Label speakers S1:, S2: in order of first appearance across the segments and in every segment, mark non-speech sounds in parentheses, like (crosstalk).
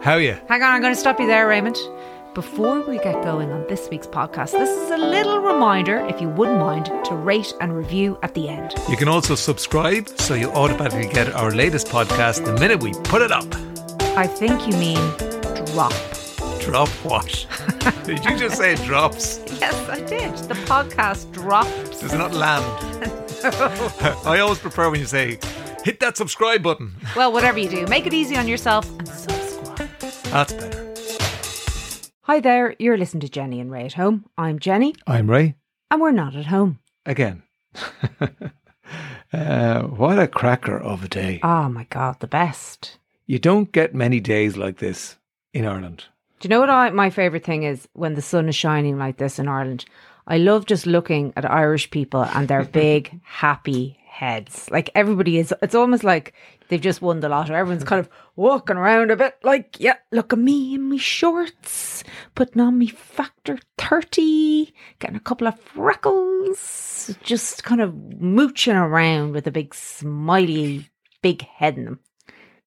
S1: How are you?
S2: Hang on, I'm going to stop you there, Raymond. Before we get going on this week's podcast, this is a little reminder, if you wouldn't mind, to rate and review at the end.
S1: You can also subscribe so you'll automatically get our latest podcast the minute we put it up.
S2: I think you mean drop.
S1: Drop what? Did you just say drops?
S2: Yes, I did. The podcast drops.
S1: Does not land. I always prefer when you say, hit that subscribe button.
S2: Well, whatever you do, make it easy on yourself and subscribe.
S1: That's better.
S2: Hi there, you're listening to Jenny and Ray at Home. I'm Jenny,
S1: I'm Ray
S2: and we're not at home.
S1: again. (laughs) uh, what a cracker of a day.
S2: Oh my God, the best.
S1: You don't get many days like this in Ireland.
S2: Do you know what I, my favourite thing is when the sun is shining like this in Ireland? I love just looking at Irish people and their big, happy heads. Like everybody is, it's almost like they've just won the lotto. Everyone's kind of walking around a bit like, yeah, look at me in me shorts, putting on me factor 30, getting a couple of freckles, just kind of mooching around with a big, smiley, big head in them.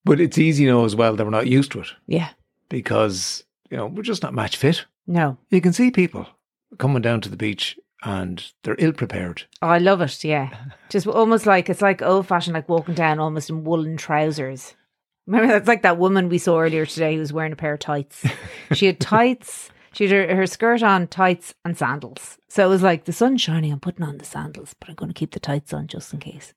S1: But it's easy to know as well that we're not used to it
S2: Yeah.
S1: because, you know, we're just not match fit.
S2: No.
S1: You can see people coming down to the beach and they're ill prepared.
S2: Oh, I love it. Yeah. Just almost like it's like old fashioned, like walking down almost in woolen trousers. Remember, that's like that woman we saw earlier today who was wearing a pair of tights. She
S1: (laughs)
S2: had tights, she had her, her skirt on, tights, and sandals. So it was like the sun's shining, I'm putting on the sandals, but I'm going to keep the tights on just in case.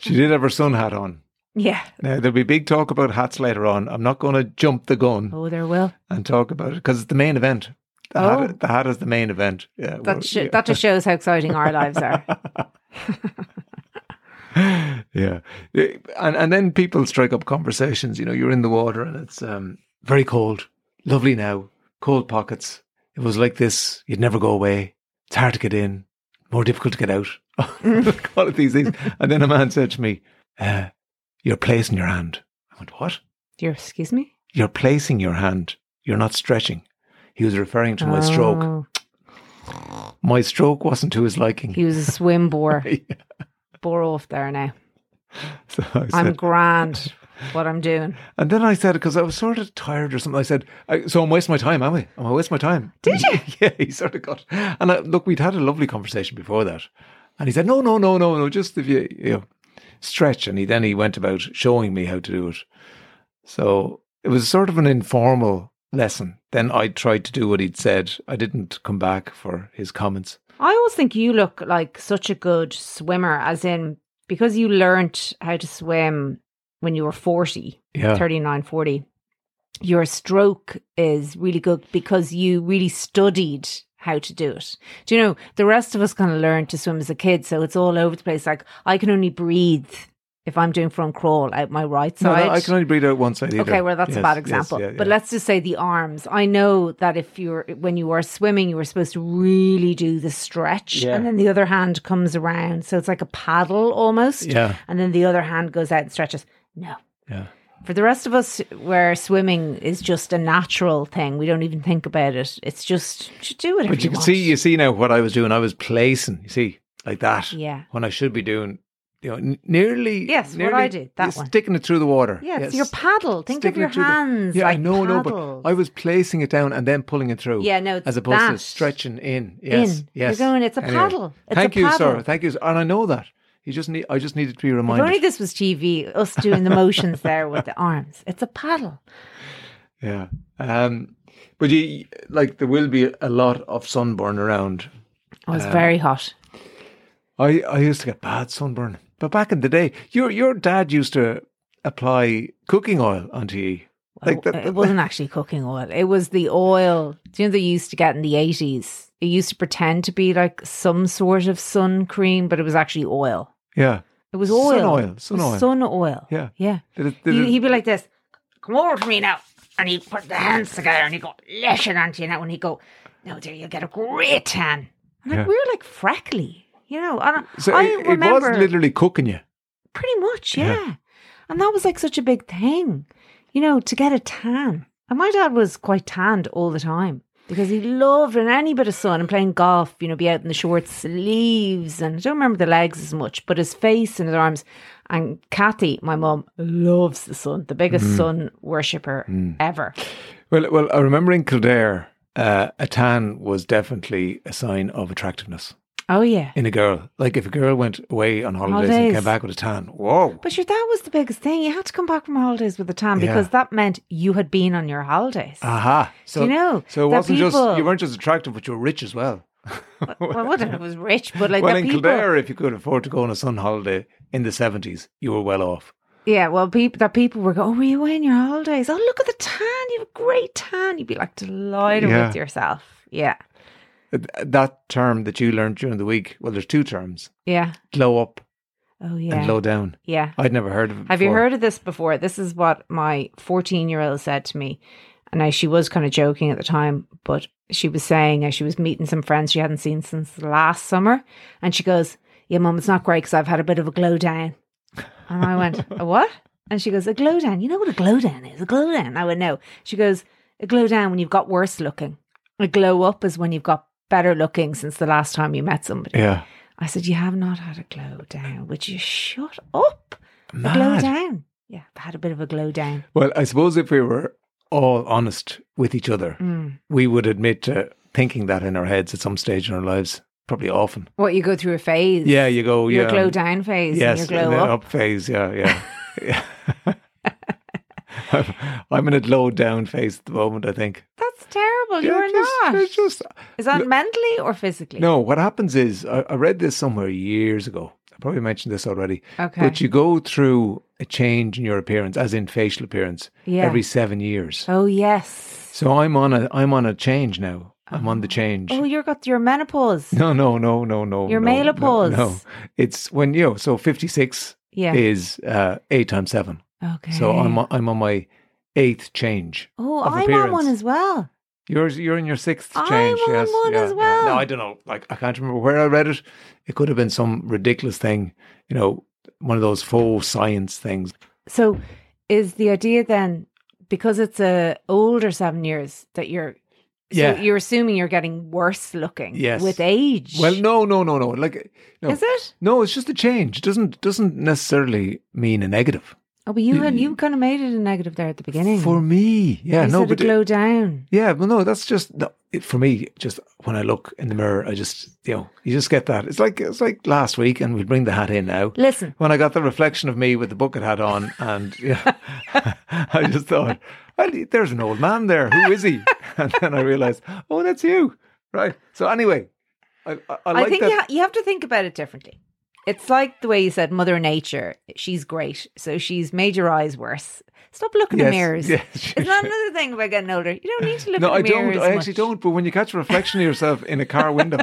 S1: She did have her sun hat on.
S2: Yeah.
S1: Now, there'll be big talk about hats later on. I'm not going to jump the gun
S2: Oh, there will.
S1: and talk about it because it's the main event. The,
S2: Oh.
S1: hat, the hat is the main event. Yeah, well,
S2: That, sh- that just shows how exciting our
S1: (laughs)
S2: lives are.
S1: yeah. Yeah. And, and then people strike up conversations. You know, you're in the water and it's um, very cold, lovely now, cold pockets. It was like this. You'd never go away. It's hard to get in, more difficult to get
S2: (laughs)
S1: out. (laughs) All of these things. And then a man said to me, uh, You're placing your hand. I went, What?
S2: Dear, excuse me?
S1: You're placing your hand. You're not stretching. He was referring to my stroke.
S2: Oh,
S1: My stroke wasn't to his liking.
S2: He was a swim bore.
S1: (laughs) Yeah.
S2: Bore off there now.
S1: (laughs) so I
S2: I'm
S1: said-
S2: grand what I'm doing.
S1: And then I said, because I was sort of tired or something, I said, I, so I'm wasting my time, am I? Am I wasting my time? Did you? (laughs) yeah, he sort of got. And I, look, we'd had a lovely conversation before that. And he said, no, no, no, no, no, just if you, you know, stretch. And he then he went about showing me how to do it. So it was sort of an informal lesson. Then I tried to do what he'd said. I didn't come back for his comments.
S2: I always think you look like such a good swimmer, as in because you learnt how to swim when you were 40,
S1: Yeah.
S2: 39, 40. Your stroke is really good because you really studied how to do it. Do you know, the rest of us kind of learned to swim as a kid, so it's all over the place. Like, I can only breathe if I'm doing front crawl out my right
S1: No, no,
S2: side.
S1: I can only breathe out one side either.
S2: Okay, well, that's
S1: Yes,
S2: a bad
S1: yes,
S2: example.
S1: yeah,
S2: But
S1: yeah.
S2: let's just say the arms. I know that if you're when you are swimming, you are supposed to really do the stretch,
S1: Yeah.
S2: and then the other hand comes around, so it's like a paddle almost.
S1: Yeah.
S2: And then the other hand goes out and stretches. No,
S1: Yeah.
S2: for the rest of us, where swimming is just a natural thing, we don't even think about it. It's just you should do it.
S1: But you can see, you see now what I was doing. I was placing, you see, like that.
S2: Yeah.
S1: When I should be doing, you know, n- nearly.
S2: Yes, what
S1: nearly,
S2: I did, that
S1: you're
S2: one.
S1: Sticking it through the water.
S2: Yeah,
S1: Yes.
S2: it's your paddle. Think of
S1: Sticking
S2: your
S1: it through the-
S2: hands.
S1: yeah, I
S2: like
S1: know, no,
S2: paddles.
S1: but I was placing it down and then pulling it through.
S2: Yeah, no, it's
S1: as opposed to
S2: that.
S1: stretching in. Yes,
S2: In. You're
S1: yes.
S2: going, it's a paddle. It's a
S1: Thank you, sir.
S2: paddle.
S1: Thank you, sir. and I know that. You just need. I just needed to be
S2: If only
S1: reminded.
S2: this was TV, us doing the motions there with the arms. It's a paddle.
S1: Yeah. Um, but you like there will be a lot of sunburn around.
S2: It
S1: Uh,
S2: was very hot.
S1: I, I used to get bad sunburn. But back in the day, your your dad used to apply cooking oil onto you. Like that,
S2: it wasn't actually cooking oil. It was the oil. Do you know they used to get in the eighties? It used to pretend to be like some sort of sun cream, but it was actually oil.
S1: yeah.
S2: It was
S1: Sun
S2: oil.
S1: oil,
S2: It
S1: sun
S2: was
S1: oil.
S2: Sun oil.
S1: Yeah.
S2: Yeah.
S1: Did it, did
S2: He,
S1: it-
S2: he'd be like this. Come over to me now. And he'd put the hands together and he'd go, lash it onto you now. And he'd go, No, dear, you'll get a great tan. And like,
S1: Yeah.
S2: we were like freckly. You know, and I,
S1: so
S2: I
S1: it, it
S2: remember
S1: was literally cooking you.
S2: Pretty much,
S1: Yeah.
S2: yeah. And that was like such a big thing, you know, to get a tan. And my dad was quite tanned all the time. because he loved in any bit of sun and playing golf, you know, be out in the short sleeves and I don't remember the legs as much, but his face and his arms. And Kathy, my mum, loves the sun, the biggest
S1: Mm.
S2: sun worshipper ever.
S1: Well, well, I remember in Kildare, uh, a tan was definitely a sign of attractiveness
S2: Oh yeah.
S1: in a girl. Like if a girl went away on holidays, and
S2: Holidays.
S1: came back with a tan, whoa.
S2: But sure, that was the biggest thing. You had to come back from holidays with a tan
S1: Yeah. Ah.
S2: because that meant you had been on your holidays.
S1: Aha. So
S2: you know
S1: So it
S2: that
S1: wasn't
S2: people-
S1: just you weren't just attractive, but you were rich as well. (laughs)
S2: well, I wouldn't have was rich, but like
S1: well,
S2: that
S1: in
S2: people.
S1: Kildare, if you could afford to go on a sun holiday in the seventies, you were well off.
S2: Yeah, well, people that people were going, "Oh, were you away on your holidays? Oh, look at the tan! You have a great tan." You'd be like delighted
S1: Yeah.
S2: with yourself. Yeah,
S1: Th- That term that you learned during the week, well, there's two terms:
S2: yeah.
S1: glow up
S2: Oh, yeah,
S1: and low down.
S2: yeah.
S1: I'd never heard of it.
S2: Have you
S1: before.
S2: heard of this before? This is what my 14 year old said to me. And now she was kind of joking at the time, but she was saying uh, she was meeting some friends she hadn't seen since last summer. And she goes, Yeah, mum, it's not great because I've had a bit of a glow down. And I went, A what? And she goes, A glow down. You know what a glow down is? A glow down. I went, No. She goes, A glow down when you've got worse looking. A glow up is when you've got better looking since the last time you met somebody.
S1: Yeah,
S2: I said, You have not had a glow down. Would you shut up? A glow
S1: Mad.
S2: down. Yeah, I've had a bit of a glow down.
S1: Well, I suppose if we were all honest with each other,
S2: Mm.
S1: we would admit to thinking that in our heads at some stage in our lives, probably often.
S2: What you go through a phase.
S1: Yeah, you go,
S2: Your
S1: yeah, um,
S2: glow down phase
S1: yes,
S2: and your
S1: and
S2: glow
S1: then
S2: up.
S1: phase. Yeah,
S2: (laughs)
S1: yeah. (laughs) yeah. I'm- I'm in a glow down phase at the moment. I think
S2: That's terrible.
S1: Yeah,
S2: You're
S1: just-
S2: not.
S1: it's just-
S2: Is that mentally or physically?
S1: no. What happens is I, I read this somewhere years ago. I probably mentioned this already.
S2: Okay.
S1: But you go through a change in your appearance, as in facial appearance,
S2: Yeah.
S1: every seven years.
S2: oh yes.
S1: So I'm on a I'm on a change now. I'm on the change.
S2: Oh, you got your
S1: (laughs)
S2: menopause.
S1: No, no, no, no, no.
S2: Your
S1: no, no,
S2: menopause.
S1: No, it's when you know. So fifty six
S2: Yeah.
S1: is uh, eight times seven.
S2: okay.
S1: So I'm on- I'm on my eighth change.
S2: Oh,
S1: of
S2: I'm on
S1: appearance.
S2: one as well.
S1: Yours, you're in your sixth
S2: I'm
S1: change.
S2: on
S1: yes,
S2: one
S1: yeah,
S2: as
S1: yeah.
S2: well.
S1: No, I don't know. Like I can't remember where I read it. It could have been some ridiculous thing. You know, one of those faux science things.
S2: So is the idea then because it's a older seven years that you're
S1: Yeah.
S2: so you're assuming you're getting worse looking
S1: Yes.
S2: with age.
S1: Well, no, no, no, no. Like no,
S2: Is it?
S1: no. It's just a change. It doesn't doesn't necessarily mean a negative
S2: Oh, but you had you kind of made it a negative there at the beginning.
S1: Mm. for me. Yeah,
S2: you
S1: no,
S2: said
S1: but
S2: a glow down.
S1: Yeah, well, no, that's just no, it, for me. Just when I look in the mirror, I just you know you just get that. It's like it's like last week, and we'll bring the hat in now.
S2: Listen,
S1: When I got the reflection of me with the bucket hat on, and (laughs) yeah, I just thought, well, there's an old man there. Who is he? (laughs) And then I realized, oh, that's you, right? So anyway, I I, I
S2: I,
S1: like
S2: think
S1: that.
S2: you, ha- you have to think about it differently. It's like the way you said, Mother Nature, she's great. So she's made your eyes worse. Stop looking
S1: Yes,
S2: at mirrors.
S1: yes, (laughs)
S2: It's not another thing about getting older. You don't need to look
S1: No, I
S2: at mirrors.
S1: don't. I actually
S2: much.
S1: don't. But when you catch a reflection of yourself in a car
S2: (laughs)
S1: window,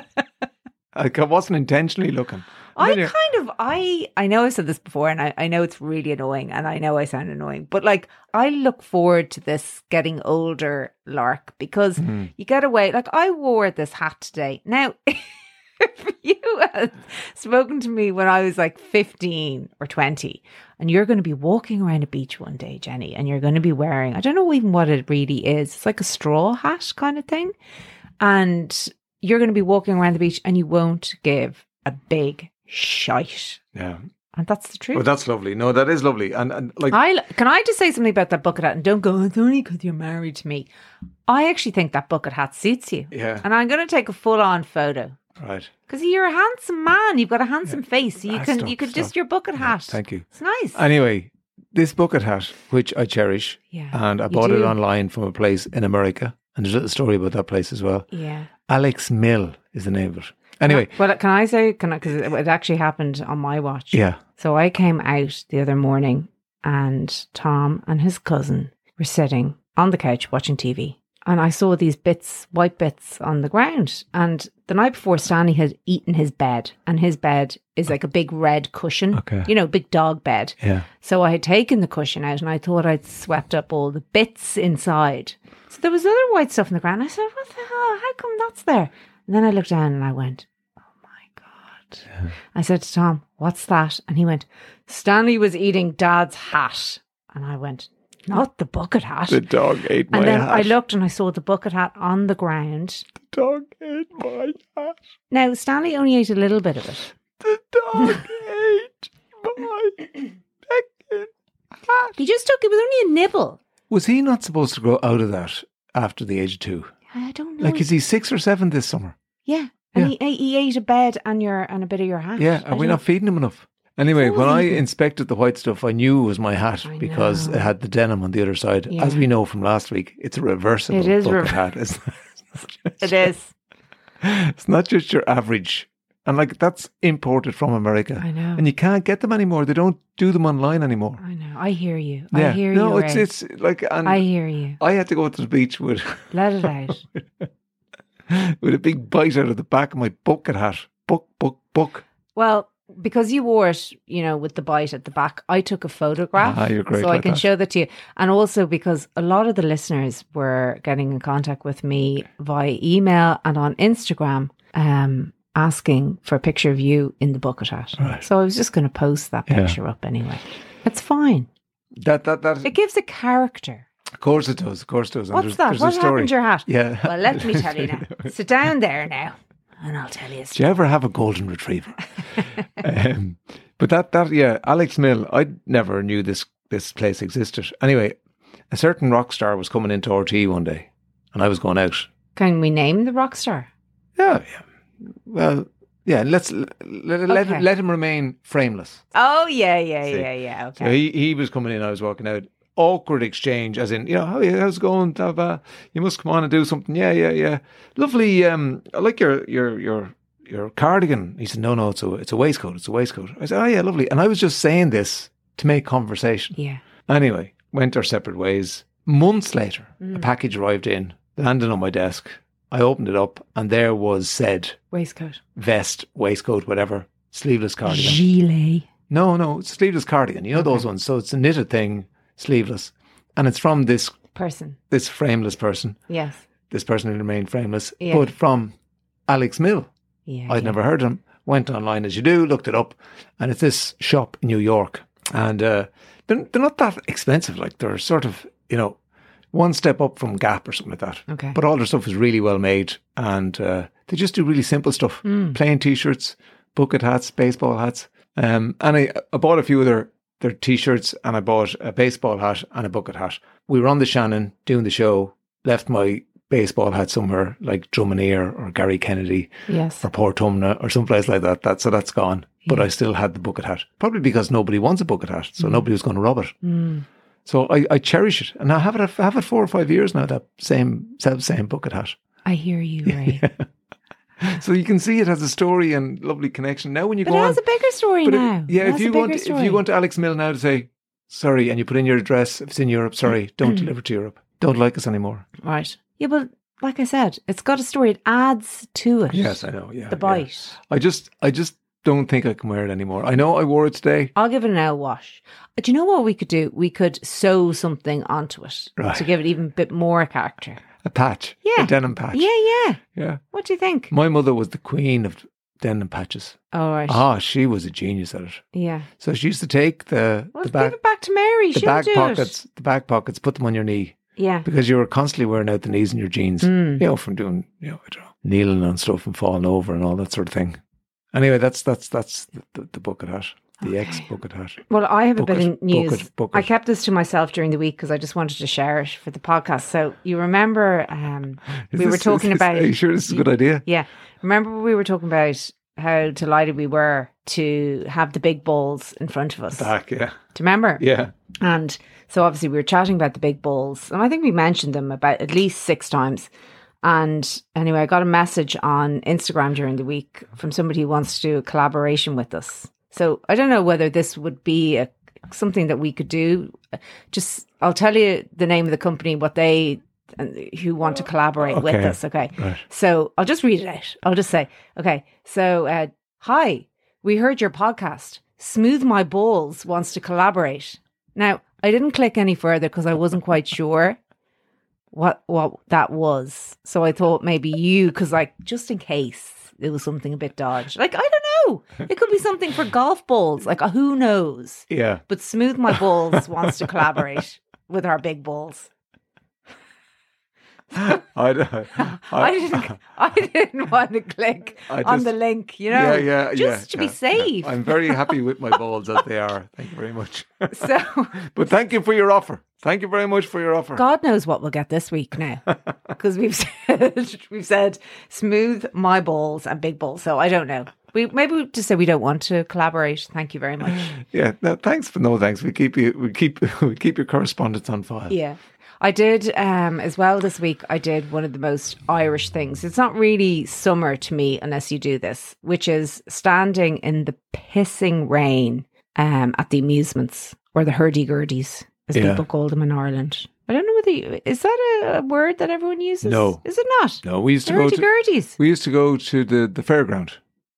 S1: I wasn't intentionally looking. And
S2: I
S1: then you-
S2: kind of I I know I've said this before and I, I know it's really annoying and I know I sound annoying, but like I look forward to this getting older lark because
S1: Hmm,
S2: you get away like I wore this hat today. Now (laughs) if you had spoken to me when I was like fifteen or twenty and you're gonna be walking around a beach one day, Jenny, and you're gonna be wearing I don't know even what it really is. It's like a straw hat kind of thing and you're going to be walking around the beach and you won't give a big shite.
S1: yeah.
S2: And that's the
S1: Well,
S2: truth.
S1: that's lovely. No, that is lovely. And, and like,
S2: I can I just say something about that bucket hat and don't go. It's only because you're married to me. I actually think that bucket hat suits you,
S1: yeah,
S2: and I'm going to take a full on photo
S1: right.
S2: because you're a handsome man. You've got a handsome face. So you
S1: Ah,
S2: can
S1: stop,
S2: you could
S1: stop.
S2: just your bucket hat.
S1: Thank you.
S2: It's nice.
S1: Anyway, this bucket hat, which I cherish,
S2: yeah.
S1: and I
S2: you
S1: bought it
S2: do.
S1: online from a place in America. And there's a little story about that place as well.
S2: Yeah.
S1: Alex Mill is the name of it. Anyway,
S2: Well, can I say? Can I? Because it, it actually happened on my watch.
S1: yeah.
S2: So I came out the other morning and Tom and his cousin were sitting on the couch watching TV. And I saw these bits, white bits on the ground. And the night before, Stanley had eaten his bed, and his bed is like a big red cushion,
S1: Okay.
S2: you know, big dog bed.
S1: Yeah.
S2: So I had taken the cushion out and I thought I'd swept up all the bits inside. So there was other white stuff on the ground. I said, What the hell? How come that's there? And then I looked down and I went, Oh my God. I said to Tom, What's that? And he went, Stanley was eating dad's hat. And I went, not the bucket hat.
S1: The dog ate my
S2: and then
S1: hat.
S2: I looked and I saw the bucket hat on the ground.
S1: The dog ate my hat.
S2: Now, Stanley only ate a little bit of it.
S1: The (laughs) dog ate my fucking hat.
S2: He just took it was only a nibble.
S1: Was he not supposed to grow out of that after the age of two?
S2: I don't know.
S1: Like, is he six or seven this summer?
S2: yeah. And He, he ate a bed and your and a bit of your hat.
S1: Yeah,
S2: I
S1: are we
S2: don't-
S1: not feeding him enough? Anyway,
S2: Food.
S1: when I inspected the white stuff, I knew it was my hat
S2: I
S1: because
S2: know.
S1: it had the denim on the other side.
S2: Yeah.
S1: As we know from last week, it's a reversible
S2: It is
S1: bucket
S2: rever-
S1: hat. It's
S2: (laughs)
S1: not,
S2: It is.
S1: it's not just your average. And like that's imported from America.
S2: I know.
S1: And you can't get them anymore. They don't do them online anymore.
S2: I know. I hear you. I
S1: yeah.
S2: hear
S1: no,
S2: you.
S1: it's
S2: Ray.
S1: it's like and
S2: I
S1: I,
S2: hear you.
S1: had to go to the beach with (laughs)
S2: Let it out.
S1: with a big bite out of the back of my bucket hat. Buck, buck, buck.
S2: well, because you wore it, you know, with the bite at the back, I took a photograph.
S1: Ah, you're great
S2: so I
S1: like
S2: can
S1: that.
S2: show that to you. And also because a lot of the listeners were getting in contact with me via email and on Instagram um, asking for a picture of you in the bucket hat.
S1: Right.
S2: So I was just going to post that
S1: Yeah.
S2: picture up anyway. It's fine.
S1: That that that
S2: It gives a character.
S1: of course it does. Of course it does. And
S2: What's
S1: there's,
S2: that?
S1: There's a
S2: What
S1: story.
S2: happened to your hat?
S1: Yeah.
S2: (laughs) Well, let me tell you now. Sit down there now, and I'll tell you. a
S1: (laughs) Do you ever have a golden
S2: (laughs)
S1: retriever? um, but that that yeah, Alex Mill. I never knew this this place existed. Anyway, a certain rock star was coming into RT one day, and I was going out.
S2: Can we name the rock star?
S1: Yeah, yeah. Well, yeah. Let's l- l- let
S2: Okay.
S1: him, let him remain frameless.
S2: Oh yeah, yeah,
S1: See.
S2: yeah, yeah.
S1: So
S2: Okay.
S1: he he was coming in. I was walking out. Awkward exchange, as in, you know, how how's it going? Blah, blah. You must come on and do something. Yeah, yeah, yeah. Lovely. Um, I like your your your your cardigan. He said, no, no, it's a it's a waistcoat. It's a waistcoat. I said, oh yeah, lovely. And I was just saying this to make conversation.
S2: Yeah.
S1: Anyway, went our separate ways. Months later, a package arrived in, landed on my desk. I opened it up, and there was said
S2: Waistcoat.
S1: vest, waistcoat, whatever, sleeveless cardigan.
S2: Gilet.
S1: No, no, it's sleeveless cardigan. You know those ones. So it's a knitted thing, sleeveless, and it's from this
S2: Person.
S1: this frameless person,
S2: Yes.
S1: this person who remained frameless,
S2: Yeah.
S1: but from Alex Mill.
S2: Yeah.
S1: I'd
S2: yeah.
S1: never heard of him. Went online as you do, looked it up, and it's this shop in New York, and uh, they're they're not that expensive. Like they're sort of you know one step up from Gap or something like that.
S2: Okay.
S1: But all their stuff is really well made, and uh, they just do really simple stuff:
S2: Hmm. Mm,
S1: plain t-shirts, bucket hats, baseball hats. Um, and I, I bought a few of their their t-shirts, and I bought a baseball hat and a bucket hat. We were on the Shannon doing the show. Left my baseball hat somewhere, like Drumineer or Gary Kennedy
S2: Yes.
S1: or Portumna or someplace like that. That so that's gone. But
S2: Hmm.
S1: I still had the bucket hat, probably because nobody wants a bucket hat, so nobody was going to rob it.
S2: Mm.
S1: So I, I cherish it, and I have it. I have it four or five years now. That same self same bucket hat. (laughs)
S2: I hear you, Ray.
S1: So you can see it has a story and lovely connection. Now when you
S2: But
S1: go
S2: it
S1: on,
S2: has a bigger story
S1: but it-
S2: now.
S1: yeah,
S2: It
S1: if
S2: has a
S1: you
S2: bigger
S1: want, if
S2: story.
S1: you want to Alex Mill now to say sorry, and you put in your address, if it's in Europe, sorry,
S2: Mm.
S1: don't deliver to Europe. Don't like us anymore.
S2: right. Yeah, but like I said, it's got a story. It adds to it.
S1: Yes, I know. Yeah,
S2: The
S1: yeah.
S2: bite.
S1: I just, I just don't think I can wear it anymore. I know I wore it today.
S2: I'll give it an L wash. Uh, Do you know what we could do? We could sew something onto it
S1: Right.
S2: to give it even a bit more character.
S1: A patch,
S2: Yeah.
S1: a denim patch.
S2: Yeah, yeah.
S1: yeah.
S2: What do you think?
S1: My mother was the queen of denim patches.
S2: All right.
S1: Ah, she was a genius at it.
S2: yeah.
S1: So she used to take the
S2: Well,
S1: the
S2: give
S1: back
S2: it back to Mary.
S1: the
S2: She'll
S1: back
S2: do it.
S1: pockets, the back pockets, put them on your knee
S2: Yeah.
S1: because you were constantly wearing out the knees in your jeans.
S2: Mm.
S1: You know, from doing you know, I don't know, kneeling on stuff and falling over and all that sort of thing. Anyway, that's that's that's the, the, the bucket hat, the ex
S2: Okay.
S1: bucket hat.
S2: Well, I have a bit
S1: Bucket,
S2: of news.
S1: bucket, bucket.
S2: I kept this to myself during the week because I just wanted to share it for the podcast. So you remember, um,
S1: Is
S2: we were
S1: this- (laughs) is
S2: talking
S1: this-
S2: about-
S1: Are you sure this is a good idea?
S2: yeah, remember we were talking about how delighted we were to have the big balls in front of us. Do you
S1: Back, yeah,
S2: remember?
S1: yeah.
S2: And so obviously we were chatting about the big balls, and I think we mentioned them about at least six times. And anyway, I got a message on Instagram during the week from somebody who wants to do a collaboration with us. So I don't know whether this would be a, something that we could do. Just I'll tell you the name of the company, what they and who want to collaborate with
S1: Okay.
S2: us. Okay.
S1: Right.
S2: So I'll just read it out. I'll just say, okay. So, uh, hi, we heard your podcast. Smooth My Balls wants to collaborate. Now, I didn't click any further because I wasn't quite sure what what that was. So I thought maybe you, because like just in case it was something a bit dodged. Like I don't know, it could be something for golf balls. Like uh, who knows?
S1: Yeah.
S2: But Smooth My Balls wants to collaborate. with our big balls.
S1: I, d- (laughs) I, (laughs)
S2: I didn't. I didn't want to click
S1: I
S2: on the
S1: just-
S2: link. You know,
S1: yeah, yeah, yeah.
S2: just to be
S1: yeah, yeah.
S2: safe.
S1: I'm very happy with my balls as they are. Thank you very much.
S2: So
S1: (laughs)
S2: (laughs)
S1: But thank you for your offer. Thank you very much for your offer.
S2: God knows what we'll get this
S1: (laughs)
S2: week now, because we've said (laughs) we've said smooth my balls and big balls. So I don't know. We maybe we just say we don't want to collaborate. Thank you very much.
S1: Yeah, no, thanks, but no thanks. We keep you. We keep. (laughs) We keep your correspondence on file.
S2: Yeah. I did um, as well this week. I did one of the most Irish things. It's not really summer to me unless you do this, which is standing in the pissing rain um, at the amusements or the hurdy-gurdies, as
S1: Yeah.
S2: people call them in Ireland. I don't know whether you, is that a word that everyone uses?
S1: No.
S2: is it not?
S1: No, we used to go to.
S2: Hurdy-gurdies.
S1: We used to go to the the fairground.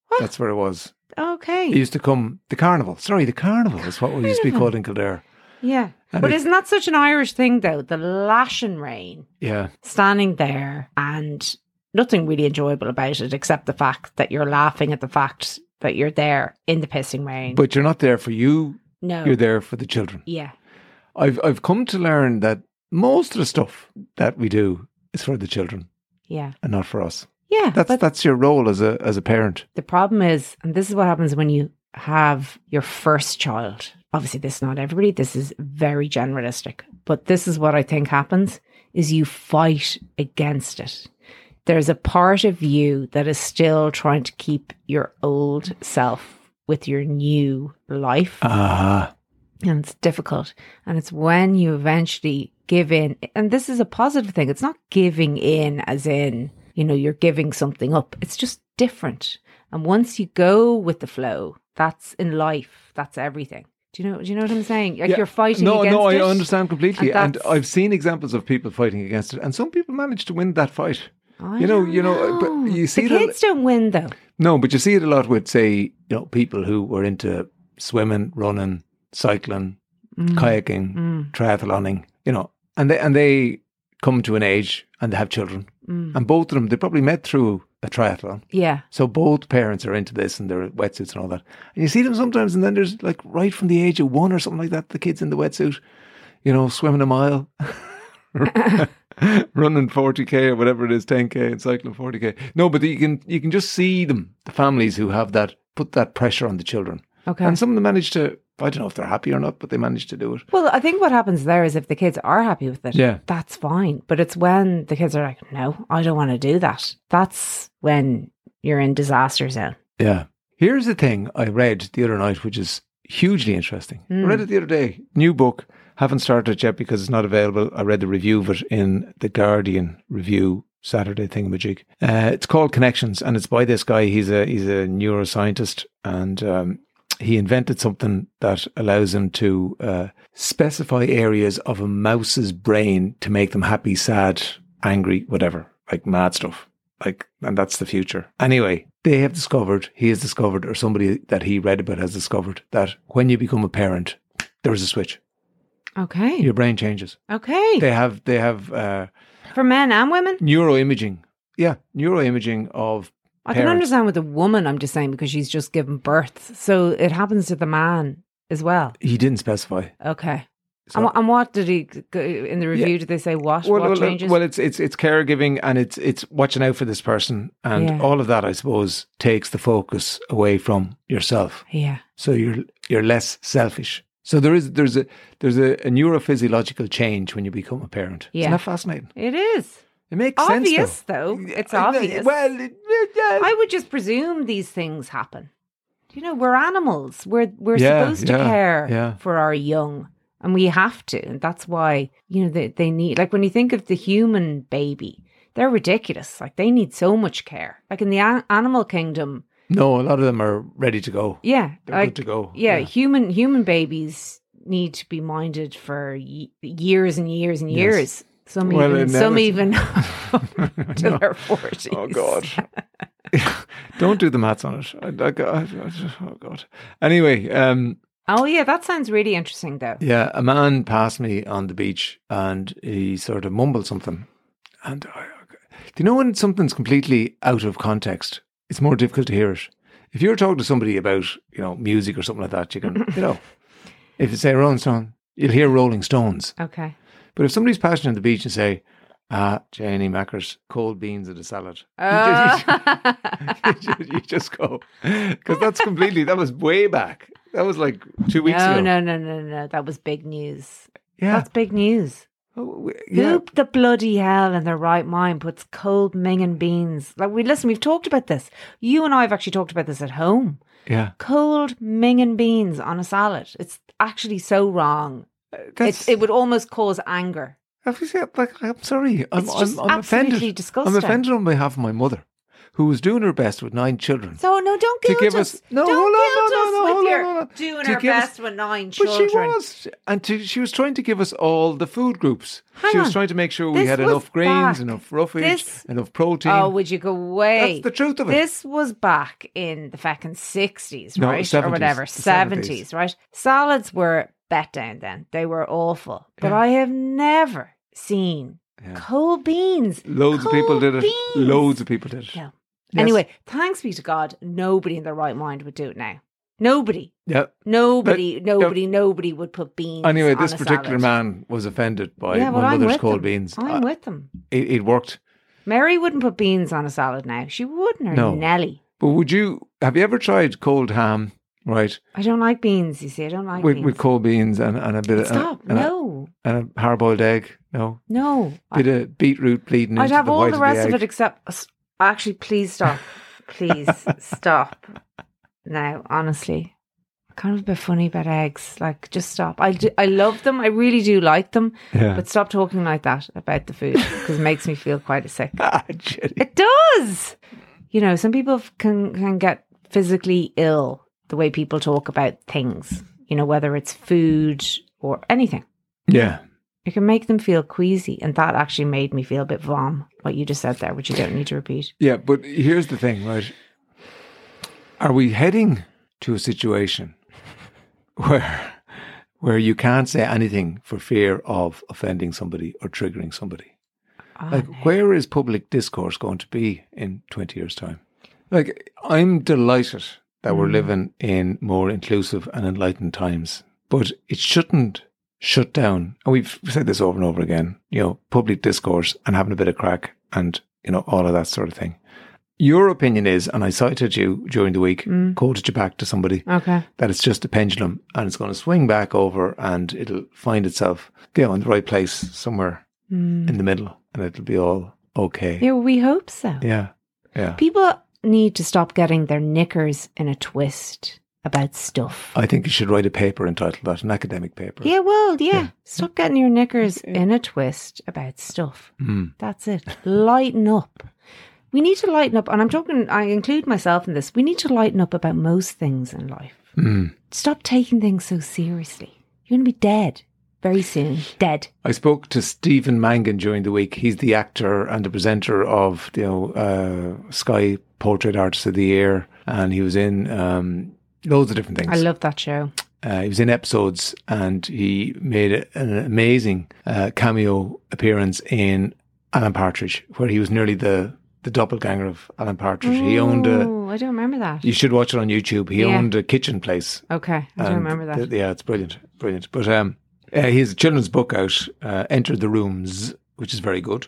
S2: What?
S1: That's where it was.
S2: Okay.
S1: It used to come the carnival. Sorry, the carnival is what we used to be called in Kildare.
S2: yeah.
S1: And
S2: But
S1: it-
S2: isn't that such an Irish thing, though? The lashing rain,
S1: Yeah,
S2: standing there, and nothing really enjoyable about it except the fact that you're laughing at the fact that you're there in the pissing rain.
S1: but you're not there for you.
S2: no.
S1: You're there for the children.
S2: yeah.
S1: I've I've come to learn that most of the stuff that we do is for the children
S2: Yeah.
S1: and not for us.
S2: Yeah.
S1: That's
S2: but
S1: that's your role as a as a parent.
S2: the problem is, and this is what happens when you have your first child. Obviously, this is not everybody. This is very generalistic, but this is what I think happens: is you fight against it. There's a part of you that is still trying to keep your old self with your new life,
S1: Ah,
S2: and it's difficult. And it's when you eventually give in, and this is a positive thing. It's not giving in as in you know you're giving something up. It's just different. And once you go with the flow, that's in life. That's everything. Do you know? Do you know what I'm saying? Like
S1: Yeah.
S2: you're fighting.
S1: no,
S2: against
S1: no,
S2: it.
S1: I understand completely,
S2: And
S1: and,
S2: that's-
S1: I've seen examples of people fighting against it, and some people manage to win that fight.
S2: I
S1: You know,
S2: don't
S1: you know, but you see
S2: the
S1: that-
S2: kids don't win though.
S1: No, but you see it a lot with, say, you know, people who were into swimming, running, cycling, kayaking,
S2: Mm,
S1: triathloning, you know, and they and they come to an age and they have children,
S2: mm.
S1: and both of them they probably met through a triathlon.
S2: Yeah,
S1: So both parents are into this and their wetsuits and all that. And you see them sometimes, and then there's like right from the age of one or something like that, the kids in the wetsuit, you know, swimming a mile, (laughs) running forty k or whatever it is, ten k, and cycling forty k. No, but you can you can just see them, the families who have that put that pressure on the children,
S2: okay.
S1: and some of them manage to. I don't know if they're happy or not, but they manage to do it.
S2: well, I think what happens there is if the kids are happy with it,
S1: Yeah.
S2: that's fine. But it's when the kids are like, no, I don't want to do that. That's when you're in disaster zone.
S1: Yeah. Here's the thing I read the other night, which is hugely interesting.
S2: Mm.
S1: I read it the other day. New book. Haven't started it yet because it's not available. I read the review of it in the Guardian review Saturday thingamajig. Uh, it's called Connections, and it's by this guy. He's a he's a neuroscientist, and um, he invented something that allows him to uh, specify areas of a mouse's brain to make them happy, sad, angry, whatever, like mad stuff. Like, and that's the future. Anyway, they have discovered, he has discovered, or somebody that he read about has discovered that when you become a parent, there is a switch.
S2: Okay.
S1: Your brain changes.
S2: Okay.
S1: They have they have uh,
S2: For men and women,
S1: neuroimaging. Yeah, neuroimaging of
S2: I can
S1: Parents.
S2: understand with a woman, I'm just saying, because she's just given birth. So it happens to the man as well.
S1: he didn't specify.
S2: Okay.
S1: So-
S2: and, wha- and what did he, go- in the review, did they say what? what
S1: well,
S2: changes?
S1: well, it's it's it's caregiving and it's it's watching out for this person and
S2: Yeah.
S1: all of that. I suppose takes the focus away from yourself,
S2: yeah.
S1: so you're you're less selfish. So there is there's a there's a, a neurophysiological change when you become a parent.
S2: Yeah.
S1: Isn't that fascinating?
S2: It is.
S1: It makes
S2: Obvious,
S1: sense.
S2: though. It's
S1: I- I-
S2: obvious.
S1: Well, it, it- yeah.
S2: I would just presume these things happen. You know, we're animals. We're we're
S1: Yeah,
S2: supposed to
S1: yeah,
S2: care
S1: yeah.
S2: for our young, and we have to. And that's why you know they they need like when you think of the human baby, they're ridiculous. Like they need so much care. Like in the an- animal kingdom,
S1: no, a lot of them are ready to go.
S2: yeah,
S1: They're
S2: like
S1: good to go.
S2: yeah, human human babies need to be minded for y- years and years and
S1: Yes.
S2: years. Some
S1: Well,
S2: even
S1: and now
S2: some
S1: it's- (laughs)
S2: even (laughs) to
S1: No.
S2: their forties.
S1: Oh
S2: (laughs)
S1: God! (laughs) Don't do the maths on it. I, I, I, I- oh God! Anyway, um,
S2: Oh yeah, that sounds really interesting though.
S1: yeah, a man passed me on the beach, and he sort of mumbled something. And I, do you know when something's completely out of context? It's more difficult to hear it. If you're talking to somebody about you know
S2: (laughs)
S1: music or something like that, you can you know if it's a Rolling Stone, you'll hear Rolling Stones.
S2: Okay.
S1: But if somebody's passing on the beach and say, ah, Janie Mackers, cold beans and a salad, (laughs)
S2: Oh.
S1: you just go. Because that's completely, that was way back. That was like two weeks
S2: no,
S1: ago.
S2: no, no, no, no. That was big news.
S1: Yeah.
S2: That's big news.
S1: Oh, we- yeah.
S2: Who the bloody hell in their right mind puts cold ming and beans? Like we listen, we've talked about this. You and I have actually talked about this at home.
S1: Yeah.
S2: Cold ming and beans on a salad. It's actually so wrong.
S1: That's,
S2: It's, it would almost cause anger.
S1: Have you said, like, I'm sorry. I'm,
S2: It's just
S1: I'm, I'm
S2: absolutely
S1: offended.
S2: disgusting.
S1: I'm offended on behalf of my mother, who was doing her best with nine children.
S2: So no, don't
S1: To
S2: guilt
S1: give us-
S2: us.
S1: No,
S2: don't
S1: hold on,
S2: guilt
S1: no, no,
S2: us
S1: no,
S2: with
S1: hold on,
S2: your
S1: hold on.
S2: doing
S1: To
S2: our
S1: give us-
S2: best with nine
S1: But
S2: children.
S1: she was, and to, she was trying to give us all the food groups.
S2: Hang
S1: she was
S2: on.
S1: trying to make sure we
S2: This
S1: had
S2: was
S1: enough grains,
S2: back.
S1: enough roughage,
S2: This-
S1: enough protein.
S2: Oh, would you go away?
S1: That's the truth of it.
S2: This was back in the fucking 60s,
S1: No,
S2: right?
S1: 70s,
S2: or whatever,
S1: the
S2: 70s,
S1: 70s.
S2: right? Salads were bet down then. They were awful. But I have never seen
S1: Yeah.
S2: cold beans.
S1: Loads of people
S2: cold
S1: did it.
S2: beans.
S1: Loads of people did it.
S2: Yeah.
S1: Yes.
S2: Anyway, thanks be to God, nobody in their right mind would do it now. Nobody.
S1: Yeah.
S2: Nobody, nobody, nobody would put beans.
S1: Anyway, this
S2: on a
S1: particular
S2: salad.
S1: man was offended by
S2: yeah, well,
S1: my
S2: I'm
S1: mother's
S2: with
S1: cold
S2: them.
S1: beans. Uh,
S2: I'm with them.
S1: it, it worked.
S2: Mary wouldn't put beans on a salad now. She wouldn't, or
S1: No.
S2: Nelly.
S1: But would you have you ever tried cold ham, right?
S2: I don't like beans, you see. I don't like
S1: with,
S2: beans.
S1: with cold beans and, and a bit of
S2: Stop.
S1: and, a-
S2: no.
S1: and a, and a hard boiled egg? No.
S2: No. I-
S1: Bit of beetroot bleeding.
S2: I'd
S1: into
S2: have
S1: the
S2: all
S1: white
S2: the rest
S1: of,
S2: of
S1: the
S2: it except. s- Actually, please stop.
S1: (laughs)
S2: Please stop. Now, honestly, kind of a bit funny about eggs. Like, just stop. I, do, I love them. I really do like them.
S1: it. (laughs) Yeah.
S2: But stop talking like that about the food because it makes me feel quite sick.
S1: Ah, Jenny.
S2: It does. You know, some people f- can can get physically ill the way people talk about things. You know, whether it's food or anything.
S1: Yeah.
S2: It can make them feel queasy, and that actually made me feel a bit vom. What you just said there, which you don't need to repeat.
S1: Yeah, but here's the thing, right? Are we heading to a situation (laughs) where where you can't say anything for fear of offending somebody or triggering somebody?
S2: Oh,
S1: Like
S2: no.
S1: where is public discourse going to be in 20 years time? Hmm. Like I'm delighted that we're living in more inclusive and enlightened times, but it shouldn't shut down. And we've said this over and over again, you know, public discourse and having a bit of crack and, you know, all of that sort of thing. Your opinion is, and I cited you during the week, quoted you back to somebody,
S2: Okay.
S1: that it's just a pendulum and it's going to swing back over and it'll find itself, you know, in the right place somewhere
S2: Mm.
S1: in the middle and it'll be all okay.
S2: Yeah, we hope so.
S1: Yeah. Yeah.
S2: People need to stop getting their knickers in a twist about stuff.
S1: I think you should write a paper entitled that, an academic paper.
S2: Yeah, well, yeah. Stop getting your knickers in a twist about stuff.
S1: Mm.
S2: That's it. Lighten up. We need to lighten up, and I'm talking, I include myself in this. We need to lighten up about most things in life.
S1: Mm.
S2: Stop taking things so seriously. You're going to be dead very soon. Dead.
S1: I spoke to Stephen Mangan during the week. He's the actor and the presenter of you know uh, Sky Portrait Artist of the Year, and he was in um, loads of different things.
S2: I love that show.
S1: Uh, he was in episodes and he made a- an amazing uh, cameo appearance in Alan Partridge, where he was nearly the, the doppelganger of Alan Partridge. He owned a,
S2: Oh, I don't remember that.
S1: you should watch it on YouTube, he
S2: Yeah.
S1: owned a kitchen place.
S2: Okay, I don't
S1: and
S2: remember that.
S1: th- yeah, it's brilliant. Brilliant. But um, uh, he has a children's book out, uh, Enter the Rooms, which is very good.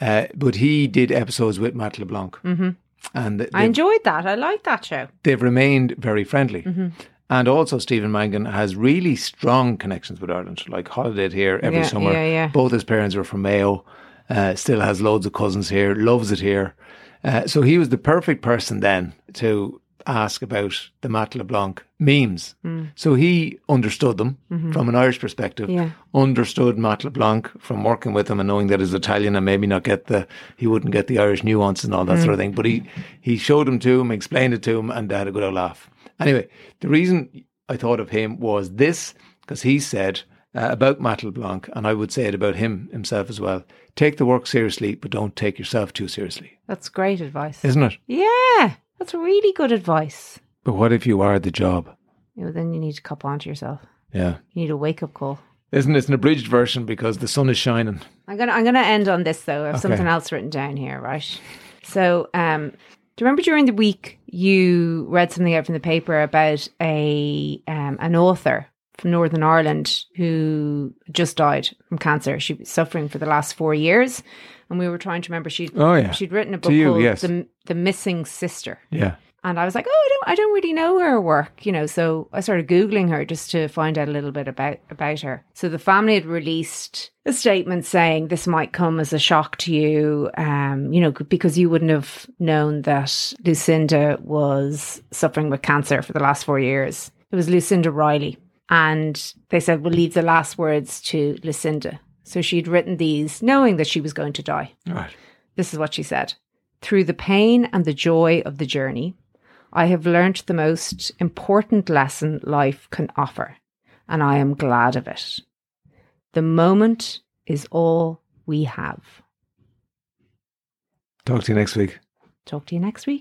S1: Uh, but he did episodes with Matt LeBlanc.
S2: hmm
S1: And th-
S2: I
S1: they've,
S2: enjoyed that. I liked that show.
S1: they've remained very friendly.
S2: Mhm.
S1: And also, Stephen Mangan has really strong connections with Ireland, like holidayed here every
S2: Yeah,
S1: summer.
S2: yeah, yeah.
S1: Both his parents are from Mayo, uh, still has loads of cousins here, loves it here. Uh, so he was the perfect person then to ask about the Matt LeBlanc memes. So he understood them from an Irish perspective,
S2: Mm. Mm-hmm. Yeah.
S1: understood Matt LeBlanc from working with him and knowing that he's Italian and maybe not get the, he wouldn't get the Irish nuance and all that sort of thing. But he, he showed him to him, explained it to him, and they had a good old laugh. Anyway, the reason I thought of him was this, because he said uh, about Matt LeBlanc, and I would say it about him himself as well take the work seriously, but don't take yourself too seriously,
S2: That's great advice.
S1: isn't it?
S2: Yeah, that's really good advice.
S1: But what if you are the job?
S2: You know, then you need to cop on to yourself.
S1: Yeah.
S2: You need a wake up call.
S1: Isn't it? It's an abridged version because the sun is shining.
S2: I'm gonna I'm gonna end on this though. I have
S1: Okay.
S2: something else written down here, right? So, um, do you remember during the week you read something out from the paper about a um, an author from Northern Ireland who just died from cancer. She was suffering for the last four years, and we were trying to remember she'd
S1: Oh, yeah.
S2: she'd written a book
S1: you,
S2: called
S1: yes.
S2: the, the Missing Sister.
S1: Yeah.
S2: And I was like, oh, I don't, I don't really know her work, you know. So I started googling her just to find out a little bit about about her. So the family had released a statement saying this might come as a shock to you, um, you know, because you wouldn't have known that Lucinda was suffering with cancer for the last four years. It was Lucinda Riley, and they said we'll leave the last words to Lucinda. So she'd written these knowing that she was going to die.
S1: All right.
S2: This is what she said Through the pain and the joy of the journey, I have learnt the most important lesson life can offer, and I am glad of it. The moment is all we have.
S1: Talk to you next week.
S2: Talk to you next week.